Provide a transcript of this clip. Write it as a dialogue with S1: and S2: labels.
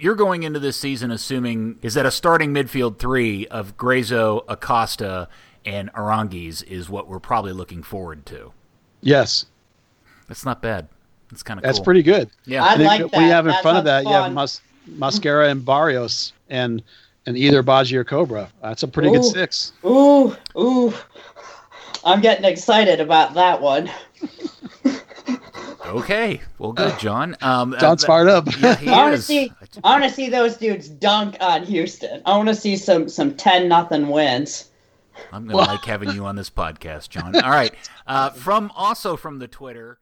S1: You're going into this season assuming is that a starting midfield three of Grazo, Acosta, and Aranguiz is what we're probably looking forward to.
S2: Yes,
S1: That's not bad. That's kind of
S2: that's
S1: cool.
S2: pretty good.
S1: Yeah,
S2: I
S3: I
S2: think
S3: like
S2: that
S3: that.
S2: we have in
S3: That
S2: front of that.
S3: sounds
S2: You have
S3: fun.
S2: Mas- Mascara and Barrios and and either Baji or Cobra. That's a pretty good
S3: Ooh.
S2: six.
S3: Ooh, ooh. I'm getting excited about that one.
S1: okay. Well, good, John. Um,
S2: John's
S1: uh,
S2: fired up.
S1: Yeah, he
S3: I wanna
S1: is.
S3: see- I want to see those dudes dunk on Houston. I want to see some some ten nothing wins.
S1: I'm going to like having you on this podcast, John. All right. Uh, from also from the Twitter.